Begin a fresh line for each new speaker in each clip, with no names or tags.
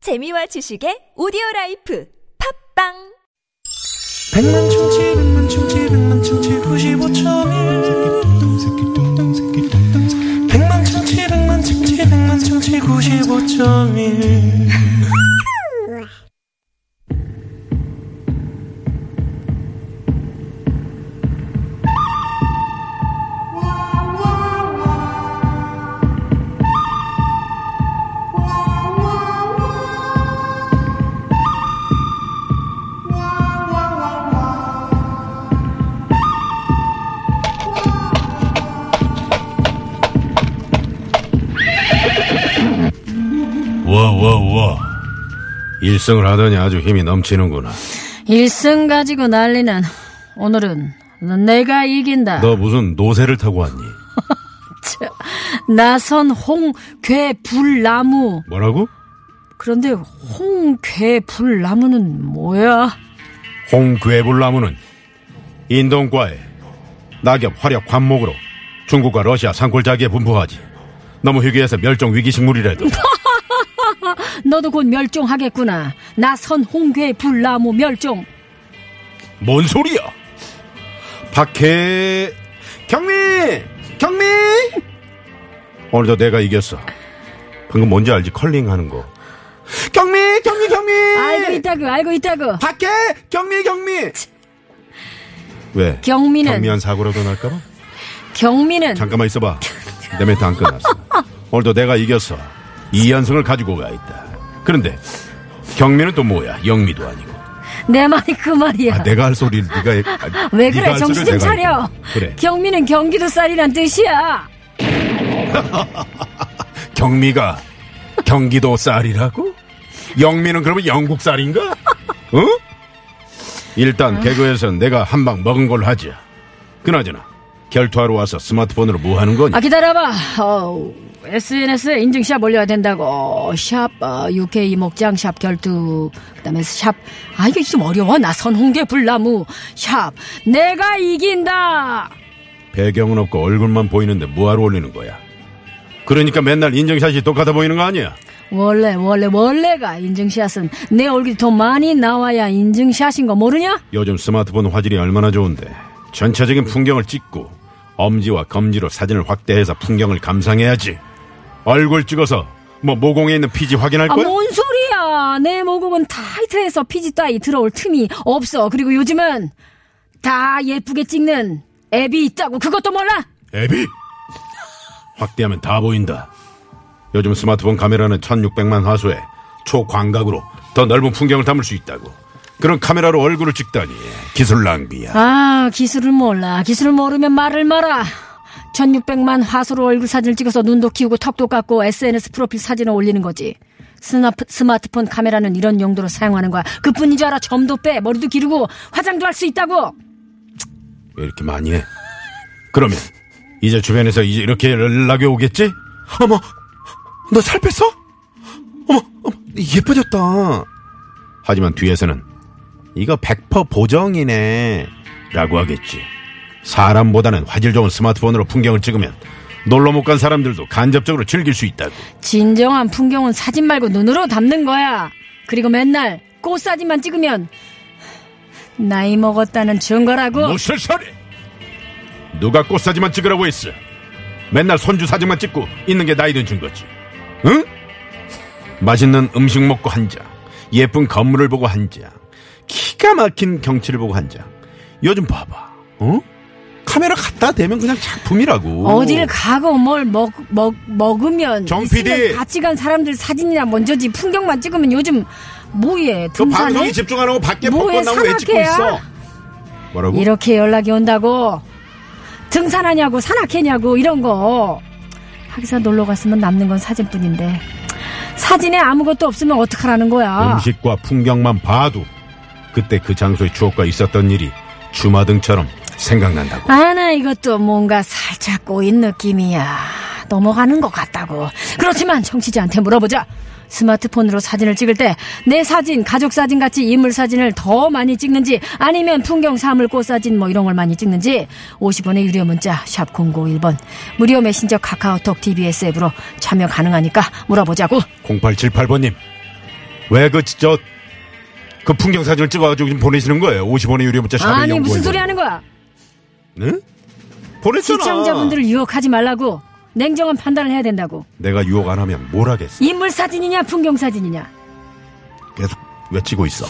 재미와 지식의 오디오 라이프 팝빵
백만 충치 백만 충치 백만 충치 구십오점일 백만 충치 백만 충치 백만 충치 구십오점일
와, 와, 와. 일성을 하더니 아주 힘이 넘치는구나.
일승 가지고 난리난 오늘은 내가 이긴다.
너 무슨 노새를 타고 왔니?
나선 홍괴불나무.
뭐라고?
그런데 홍괴불나무는 뭐야?
홍괴불나무는 인동과의 낙엽 화력 관목으로 중국과 러시아 산골자기에 분포하지. 너무 희귀해서 멸종 위기 식물이라도.
너도 곧 멸종하겠구나. 나선 홍괴불나무 멸종.
뭔 소리야? 박해 경민! 경민! 오늘도 내가 이겼어. 방금 뭔지 알지? 컬링 하는 거. 경민! 경민! 경민!
알고 있다고 알고 있다고.
밖에 경미 경미 왜
경미는-
경미한 사고라도 날까봐
경민은
잠깐만 있어봐 내 멘트 안 끝났어 오늘도 내가 이겼어 이연승을 가지고 가 있다 그런데 경미는 또 뭐야 영미도 아니고
내 말이 그 말이야.
아, 내가 할 소리를 네가 해. 아,
왜
네가
그래
할
정신 좀
소리를 내가
차려.
했구나. 그래
경민은 경기도 쌀이란 뜻이야.
경미가 경기도 쌀이라고 영미는 그러면 영국 쌀인가 응 일단 개그에선 내가 한 방 먹은 걸로 하자 그나저나 결투하러 와서 스마트폰으로 뭐 하는 거니
아 기다려봐. SNS에 인증샷 올려야 된다고. 샵 어, UK 목장 샵 결투. 그다음에 샵. 아 이게 좀 어려워. 나 선홍계 불나무. 샵. 내가 이긴다.
배경은 없고 얼굴만 보이는데 뭐하러 올리는 거야? 그러니까 맨날 인증샷이 똑같아 보이는 거 아니야?
원래 원래 원래가 인증샷은 내 얼굴이 더 많이 나와야 인증샷인 거 모르냐? 아,
요즘 스마트폰 화질이 얼마나 좋은데 전체적인 풍경을 찍고 엄지와 검지로 사진을 확대해서 풍경을 감상해야지. 얼굴 찍어서 뭐 모공에 있는 피지 확인할
아
거야?
뭔 소리야. 내 모공은 타이트해서 피지 따위 들어올 틈이 없어. 그리고 요즘은 다 예쁘게 찍는 앱이 있다고 그것도 몰라?
애비 확대하면 다 보인다. 요즘 스마트폰 카메라는 1,600만 화소에 초광각으로 더 넓은 풍경을 담을 수 있다고. 그런 카메라로 얼굴을 찍다니 기술 낭비야.
아, 기술을 몰라. 기술을 모르면 말을 마라. 1600만 화소로 얼굴 사진을 찍어서 눈도 키우고 턱도 깎고 SNS 프로필 사진을 올리는 거지. 스나프, 스마트폰 카메라는 이런 용도로 사용하는 거야. 그뿐인 줄 알아. 점도 빼, 머리도 기르고, 화장도 할 수 있다고!
왜 이렇게 많이 해? 그러면 이제 주변에서 이제 이렇게 연락이 오겠지? 어머, 너 살 뺐어? 어머, 어머, 예뻐졌다. 하지만 뒤에서는 이거 100% 보정이네 라고 하겠지. 사람보다는 화질 좋은 스마트폰으로 풍경을 찍으면 놀러 못 간 사람들도 간접적으로 즐길 수 있다고.
진정한 풍경은 사진 말고 눈으로 담는 거야. 그리고 맨날 꽃 사진만 찍으면, 나이 먹었다는 증거라고.
무슨 소리? 누가 꽃사진만 찍으라고 했어? 맨날 손주 사진만 찍고 있는 게 나이든 증거지. 응? 맛있는 음식 먹고 한 장, 예쁜 건물을 보고 한 장, 기가 막힌 경치를 보고 한 장. 요즘 봐봐, 어? 카메라 갖다 대면 그냥 작품이라고. 그
어디를 가고 뭘 먹, 먹, 먹으면
정
있으면
PD.
같이 간 사람들 사진이나 먼저지 풍경만 찍으면 요즘 뭐해
그
등산해?
방송에 집중 안 하고 밖에
뭐해,
벚꽃 나무 왜 찍고
산악회야?
있어? 뭐라고?
이렇게 연락이 온다고 등산하냐고 산악회냐고 이런 거 하기사 놀러 갔으면 남는 건 사진뿐인데 사진에 아무것도 없으면 어떡하라는 거야
음식과 풍경만 봐도 그때 그 장소의 추억과 있었던 일이 주마등처럼 생각난다고.
아 나 이것도 뭔가 살짝 꼬인 느낌이야 넘어가는 것 같다고 그렇지만 청취자한테 물어보자 스마트폰으로 사진을 찍을 때 내 사진 가족 사진 같이 인물 사진을 더 많이 찍는지 아니면 풍경 사물 꽃 사진 뭐 이런 걸 많이 찍는지 50원의 유료 문자 샵 091번 무료 메신저 카카오톡 TBS 앱으로 참여 가능하니까 물어보자고
0878번님 왜 그 진짜 그 풍경 사진을 찍어가지고 지금 보내시는 거예요? 50원의 유료 문자 샵에
아니
연구원.
무슨 소리 하는 거야?
네? 보냈잖아.
시청자분들을 유혹하지 말라고 냉정한 판단을 해야 된다고.
내가 유혹 안 하면 뭘 하겠어?
인물 사진이냐 풍경 사진이냐.
계속 외치고 있어.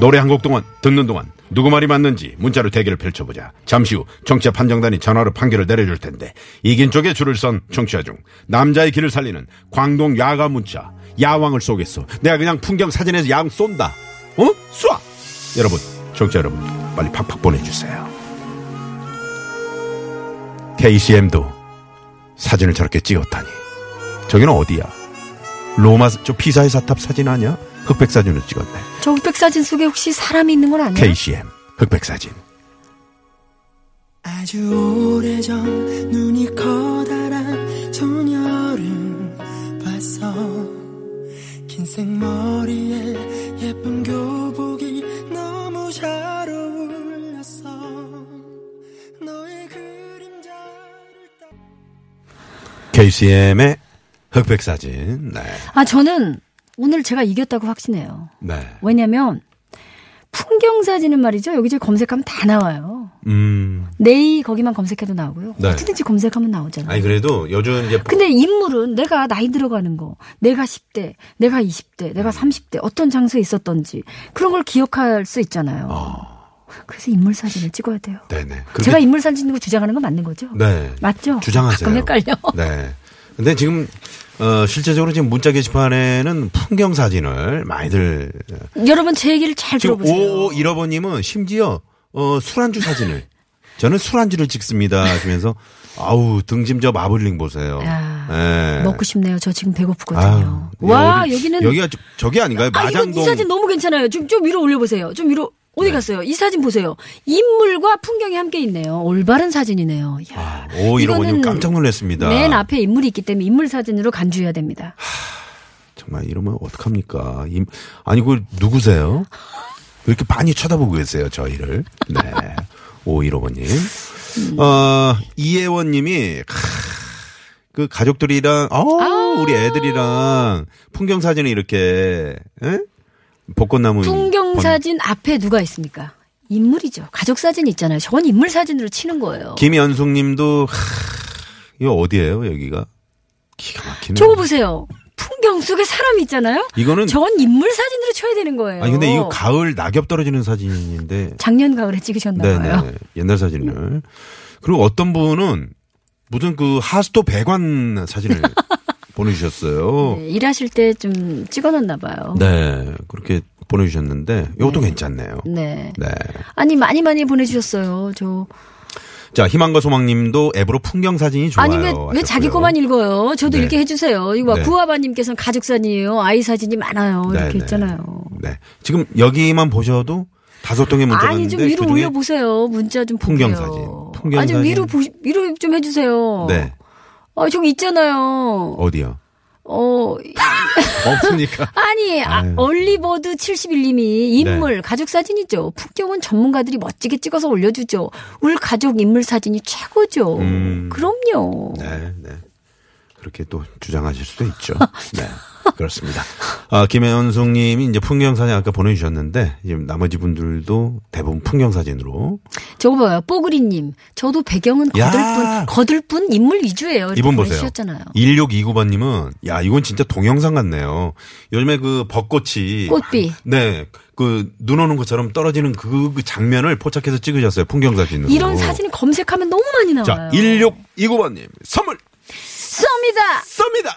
노래 한 곡 동안 듣는 동안 누구 말이 맞는지 문자로 대결을 펼쳐보자. 잠시 후 청취자 판정단이 전화로 판결을 내려줄 텐데 이긴 쪽에 줄을 선 청취자 중 남자의 길을 살리는 광동 야가 문자 야왕을 쏘겠어. 내가 그냥 풍경 사진에서 야왕 쏜다. 어? 쏴! 여러분 청취자 여러분 빨리 팍팍 보내주세요. KCM도 사진을 저렇게 찍었다니 저기는 어디야? 로마 저 피사의 사탑 사진 아니야? 흑백 사진으로 찍었네.
저 흑백 사진 속에 혹시 사람이 있는 건 아니야?
KCM 흑백사진
아주 오래전 눈이 커다란 소녀를 봤어 긴 생머리에 예쁜 교복이 너무 잘 어울렸어 너의 그림자를 따
KCM의 흑백사진 네.
아 저는 오늘 제가 이겼다고 확신해요.
네.
왜냐면 풍경 사진은 말이죠. 여기저기 검색하면 다 나와요.
음.
네이 거기만 검색해도 나오고요.
네.
어디든지 검색하면 나오잖아요.
아니 그래도 요즘 이제
근데 인물은 내가 나이 들어가는 거, 내가 10대, 내가 20대,
음.
내가 30대, 어떤 장소에 있었던지, 그런 걸 기억할 수 있잖아요. 그래서 인물 사진을 찍어야 돼요.
어. 네네.
제가 인물 사진으로 주장하는 건 맞는 거죠?
네.
맞죠?
주장하세요.
가끔 헷갈려.
네. 근데 지금 어, 실제적으로 지금 문자 게시판에는 풍경 사진을 많이들
여러분 제 얘기를 잘
네. 지금
들어보세요.
5 5 1 5번님은 심지어 어, 술안주 사진을 저는 술안주를 찍습니다 하시면서 아우 등짐 저 마블링 보세요.
야,
예.
먹고 싶네요. 저 지금
아유,
배고프거든요. 와
여기-
여기는
여기가 저- 저기 아닌가요?
아 이거
마장동 네.
이 사진 너무 괜찮아요. 좀 좀 위로 올려보세요. 좀 위로 어디 갔어요? 이 사진 보세요. 인물과 풍경이 함께 있네요. 올바른 사진이네요. 이야.
아, 오, 이러고 지금
이거는
깜짝 놀랐습니다. 아,
맨 앞에 인물이 있기 때문에 인물 사진으로 간주해야 됩니다.
정말 이러면 어떡합니까? 임- 아니, 그 누구세요? 왜 이렇게 많이 쳐다보고 계세요, 저희를? 네. 오이로버님.
음.
어, 이혜원 님이, 캬, 그 가족들이랑, 어
아.
우리 애들이랑 풍경 사진을 이렇게, 예? 벚꽃나무.
풍경
번-
사진 앞에 누가 있습니까? 인물이죠. 가족 사진 있잖아요. 저건 인물 사진으로 치는 거예요.
김연숙 님도, 캬, 이거 어디예요 여기가? 기가 막히네.
저거 보세요. 풍경 속에 사람이 있잖아요.
이거는-
저건 인물 사진으로 쳐야 되는 거예요.
아니, 근데 이거 가을 낙엽 떨어지는 사진인데.
작년 가을에 찍으셨나 봐요.
네네. 옛날 사진을. 그리고 어떤 분은 무슨 그 하스토 배관 사진을 보내주셨어요.
네, 일하실 때 좀 찍어놨나 봐요.
네. 그렇게 보내주셨는데 이것도 괜찮네요.
네.
네.
아니 많이 많이 보내주셨어요. 저
자, 희망과 소망님도 앱으로 풍경 사진이 좋아요.
아니 왜, 왜 자기
하셨고요.
거만 읽어요? 저도
네.
읽게 해주세요. 이거
네.
구아바님께서는 가족 사진이에요. 아이 사진이 많아요.
네, 네.
이렇게 있잖아요.
네. 지금 여기만 보셔도 다섯 통의 문자가
아니
있는데
좀 위로
그중에-
올려보세요. 문자 좀
풍경
보세요.
사진, 풍경
아니
사진.
위로 보시, 위로 좀 해주세요.
네.
아 저기 있잖아요.
어디요?
어.
없으니까.
아니 아,
아유. 네.
얼리버드 71님이 인물 가족 사진이죠. 풍경은 전문가들이 멋지게 찍어서 올려주죠. 울 가족 인물 사진이 최고죠.
음.
그럼요.
네, 네. 그렇게 또 주장하실 수도 있죠. 네. 그렇습니다. 아, 김현숙 님이 이제 풍경사진 아까 보내주셨는데, 이제 나머지 분들도 대부분 풍경사진으로.
저거 봐요. 뽀글이님. 저도 배경은
야.
거들뿐, 거들뿐 인물 위주예요. 이렇게
이분 보세요.
보내주셨잖아요.
1629번님은, 야, 이건 진짜 동영상 같네요. 요즘에 그 벚꽃이.
꽃비.
네. 그, 눈 오는 것처럼 떨어지는 그, 그 장면을 포착해서 찍으셨어요. 풍경사진으로.
이런 사진을 검색하면 너무 많이
자,
나와요.
1629번님, 선물
쏩니다.
쏩니다!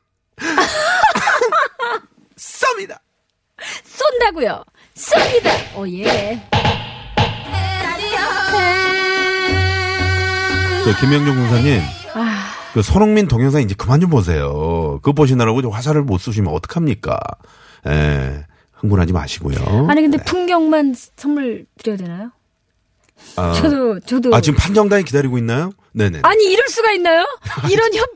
쏩니다!
쏜다고요. 쏩니다. 어 예.
네. 저 네, 김영종 군사님. 그 손흥민 동영상 이제 그만 좀 보세요. 그거 보시느라고 좀 화살을 못 쏘시면 어떡합니까? 예. 흥분하지 마시고요.
아니 근데 풍경만 선물 드려야 되나요?
아,
저도 저도
아, 지금 판정단이 기다리고 있나요? 네네.
그 아니 이럴 수가 있나요? 이런 협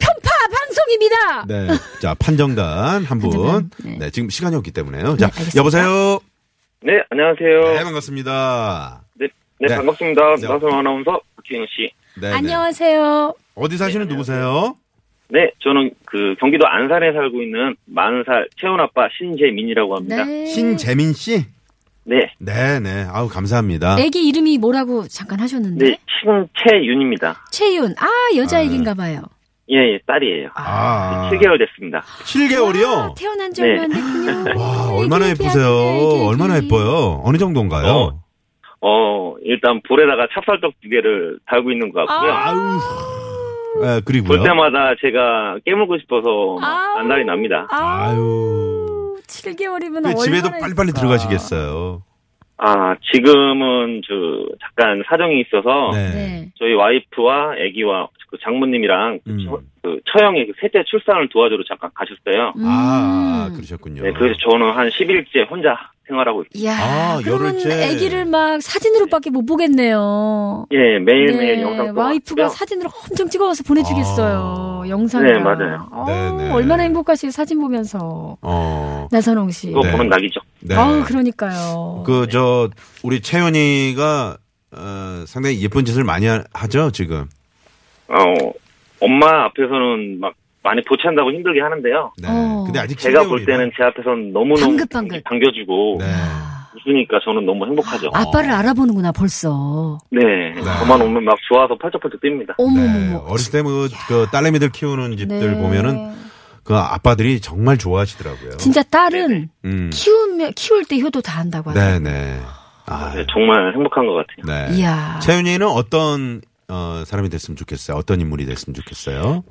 편파 방송입니다.
네. 자, 판정단 한 분.
아. 판정단,
네.
네.
지금 시간이 없기 때문에요. 자,
알겠습니다.
여보세요?
네, 안녕하세요.
네, 반갑습니다.
네, 네,
네.
반갑습니다.
네.
나성 아나운서 박혜인 씨.
네. 네.
안녕하세요.
어디 사시는
네,
누구세요?
네, 저는 그 경기도 안산에 살고 있는 40살 채원 아빠 신재민이라고 합니다. 네,
신재민 씨?
네,
네, 네. 아우, 감사합니다.
애기 이름이 뭐라고 잠깐 하셨는데
네, 신채윤입니다.
채윤 아 여자
네.
애기인가 봐요.
예, 예, 딸이에요.
아,
7개월 됐습니다.
7개월이요?
와, 태어난 지
네.
얼마 안 됐군요.
와,
아이고,
얼마나
애기,
예쁘세요.
아, 아기네, 애기, 애기.
얼마나 예뻐요. 어느 정도인가요?
어. 어, 일단 볼에다가 찹쌀떡 두 개를 달고 있는 것 같고요.
아우. 예,
볼
그리고요.
때마다 제가 깨물고 싶어서
아우.
안달이 납니다.
아유.
7개월이면
그
얼마나
집에도
예쁠까.
빨리빨리 들어가시겠어요.
아, 지금은 저 잠깐 사정이 있어서
네.
저희 와이프와 아기와 그 장모님이랑 그
음.
처, 그 처형의 그 셋째 출산을 도와주러 잠깐 가셨어요.
음.
아, 그러셨군요.
네, 그래서 저는 한 10일째 혼자 생활하고 있습니다.
이야,
아,
그러면
열흘째.
아기를 막 사진으로밖에 못 보겠네요.
예, 매일매일
네,
영상 보고
와이프가
왔고요.
사진으로 엄청 찍어와서 보내주겠어요.
아.
영상이랑.
네, 맞아요.
어,
네, 네.
얼마나 행복하실 사진 보면서
어.
나선홍 씨.
그거
네.
보면 낙이죠.
네.
아우 그러니까요.
네.
그, 저, 우리 채연이가, 어, 상당히 예쁜 짓을 많이 하- 하죠, 지금.
어, 엄마 앞에서는 막 많이 보찬다고 힘들게 하는데요.
네.
어.
근데 아직
제가
7개월이라.
볼 때는 제 앞에선 너무너무
방긋방긋.
반겨주고
네.
아.
웃으니까 저는 너무 행복하죠.
아빠를 알아보는구나 벌써.
네,
아.
저만 오면 막 좋아서 펄쩍펄쩍 뜁니다.
네.
어머머머.
어렸을 때 뭐, 그, 딸내미들 키우는 집들
네.
보면은, 그 아빠들이 정말 좋아하시더라고요.
진짜
네,
딸은
음.
키우면 키울 때 효도 다 한다고 하더라고요.
네네. 아,
네, 정말 행복한 것 같아요.
네.
이야.
채윤이는 어떤 어, 사람이 됐으면 좋겠어요? 어떤 인물이 됐으면 좋겠어요?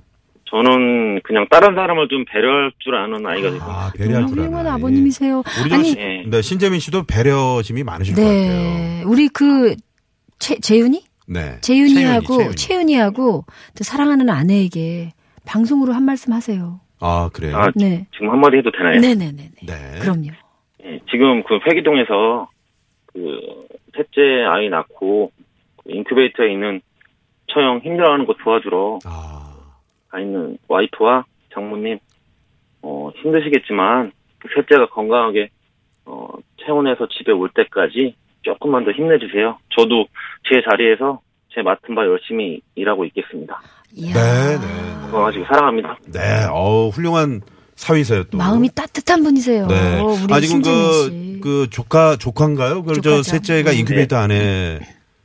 저는 그냥 다른 사람을 좀 배려할 줄 아는 아이가 됐어요.
아, 배려할
너무
줄
훌륭한
아는.
아버님이세요.
우리 정
아니,
씨, 네, 신재민 씨도 배려심이 많으실 것 같아요.
네, 우리 그 채, 재윤이?
네. 채윤이,
재윤이하고
채윤이.
채윤이하고 또 사랑하는 아내에게 방송으로 한 말씀 하세요.
아, 그래요?
아,
네.
지금 한마디 해도 되나요?
네, 네, 네, 네.
네.
그럼요.
예, 지금 그 회기동에서 그 셋째 아이 낳고 그 인큐베이터에 있는 처형 힘들어하는 거 도와주러
아,
가 있는 와이프와 장모님 어 힘드시겠지만 그 셋째가 건강하게 어 체온에서 집에 올 때까지 조금만 더 힘내주세요. 저도 제 자리에서 제 맡은 바 열심히 일하고 있겠습니다.
이야.
네, 네.
건강하시고 사랑합니다.
네, 어 훌륭한 사위세요 또.
마음이 따뜻한 분이세요.
네.
우리
아 지금
신재민
그,
씨.
그 조카 조카인가요? 그저
조카죠.
셋째가
네.
인큐베이터 안에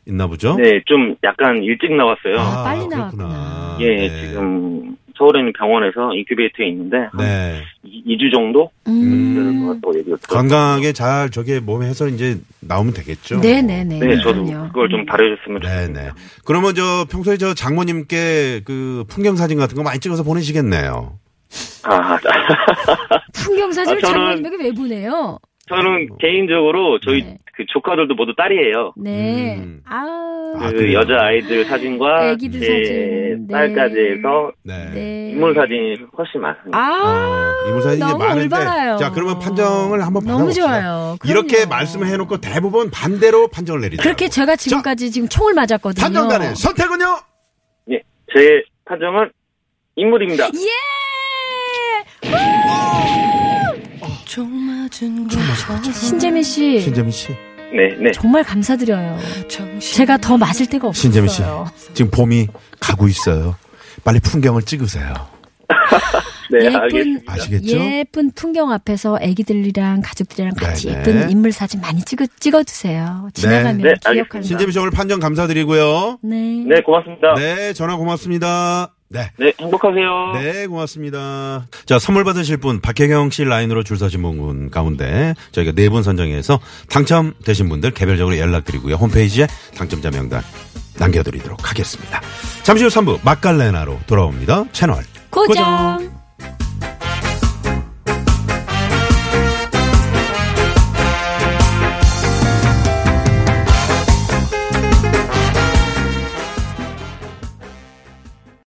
있나 보죠?
네, 좀 약간 일찍 나왔어요.
아, 빨리
그렇구나.
나왔구나.
예,
네.
지금 서울에 있는 병원에서 인큐베이터에 있는데
네.
2주 정도 되는 것
음.
같다고 얘기를 들었어요.
건강하게 잘 저게 몸에 해서 이제 나오면 되겠죠.
네, 네, 네.
네, 저도
그럼요.
그걸 좀 바래줬으면
네,
좋겠습니다.
네. 그러면 저 평소에 저 장모님께 그 풍경 사진 같은 거 많이 찍어서 보내시겠네요.
아,
풍경 사진을
아, 저는-
장모님에게 왜 보내요?
저는 개인적으로 저희
네.
그 조카들도 모두 딸이에요.
네.
음.
아우.
아,
그
그래요?
여자 아이들 사진과
애기들
제
사진, 네.
딸까지 해서
네.
네.
인물 사진이 훨씬 많습니다.
아.
어, 이물 사진이 이제
너무
많은데
올바라요.
자, 그러면 판정을 한번 받아
너무 좋아요. 그럼요.
이렇게 말씀을 해 놓고 대부분 반대로 판정을 내리죠.
그렇게 제가 지금까지 지금 총을 맞았거든요.
판정단의 선택은요?
예, 제 판정은 인물입니다.
예! 신재민 씨.
신재민 씨.
네, 네.
정말 감사드려요. 제가 더 맞을 데가 없어요.
신재민 씨. 지금 봄이 가고 있어요. 빨리 풍경을 찍으세요.
네,
예쁜
알겠습니다.
아시겠죠?
예쁜 풍경 앞에서 아기들이랑 가족들이랑 같이
네네.
예쁜 인물 사진 많이 찍어 찍어 주세요. 지나가면
네,
기억하는.
알겠습니다.
신재민 씨 오늘 판정 감사드리고요.
네.
네, 고맙습니다. 네,
네, 전화 고맙습니다. 네.
행복하세요.
네, 고맙습니다. 자, 선물 받으실 분, 박혜경 씨 라인으로 줄 서신 분 가운데 저희가 네 분 선정해서 당첨되신 분들 개별적으로 연락드리고요. 홈페이지에 당첨자 명단 남겨드리도록 하겠습니다. 잠시 후 3부, 맛갈레나로 돌아옵니다. 채널.
고정.